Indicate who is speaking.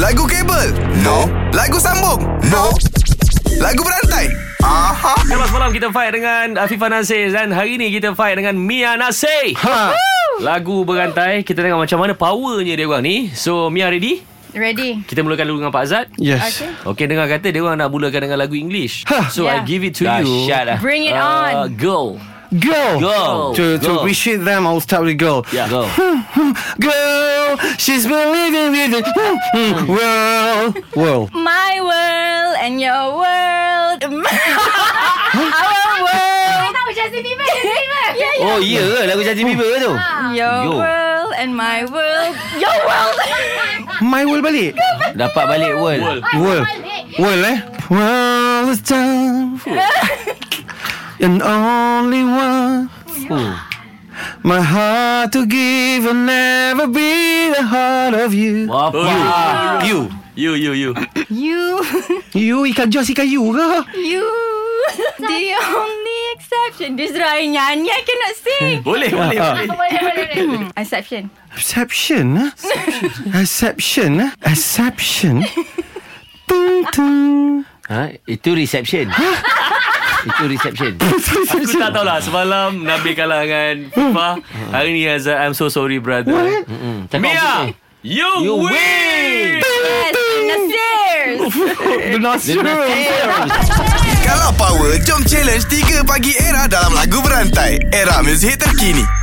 Speaker 1: Lagu kabel? No. Lagu sambung? No. Lagu berantai? Aha.
Speaker 2: Selamat malam kita fight dengan Afifah Nasir Dan hari ni kita fight dengan Mia Nasir ha. Lagu berantai Kita tengok macam mana powernya dia orang ni So Mia ready?
Speaker 3: Ready.
Speaker 2: Kita mulakan dulu dengan Pak Azad
Speaker 4: Yes.
Speaker 3: Okay.
Speaker 2: Okay dengar kata dia orang nak mulakan dengan lagu English So I
Speaker 3: Yeah.
Speaker 2: give it to you
Speaker 5: Dahsyat lah.
Speaker 3: Bring it
Speaker 2: Uh,
Speaker 3: on.
Speaker 2: Girl
Speaker 4: Girl.
Speaker 2: Girl.
Speaker 4: To, to
Speaker 2: Girl.
Speaker 4: appreciate them, I'll start with girl.
Speaker 2: yeah. Girl
Speaker 4: Girl, she's believing in the world. World.
Speaker 3: My world and your world. Our world.
Speaker 6: tahu Justin Bieber Bieber
Speaker 3: Yeah, yeah.
Speaker 5: Oh iya ke lagu Justin Bieber ke tu?
Speaker 2: Oh,
Speaker 3: Your
Speaker 5: Yo.
Speaker 3: world and my world. Your world.
Speaker 4: My world balik.
Speaker 5: Dapat balik world.
Speaker 4: World. World eh. World is time. And only one. My heart to give will never be the heart of you.
Speaker 2: Oh,
Speaker 5: Apa? You.
Speaker 2: You You you you
Speaker 3: you,
Speaker 4: You ikan jos ikan you ke?
Speaker 3: you. The only exception. This right nyanyi I cannot sing.
Speaker 2: Boleh boleh boleh
Speaker 6: Boleh boleh boleh
Speaker 3: Exception.
Speaker 4: Exception. Exception. Exception. Tung tung.
Speaker 5: Ha? Itu reception. Itu reception. Hmm.
Speaker 2: Aku tak tahulah Semalam Nabil kalah dengan Fifah Hari ni Azad I'm so sorry brother
Speaker 5: Cakap apa
Speaker 2: Mia
Speaker 5: tu?
Speaker 2: You,
Speaker 5: You
Speaker 2: win.
Speaker 3: Yes, Nasir.
Speaker 1: Kalau power, jom challenge 3 pagi era dalam lagu berantai. Era muzik terkini.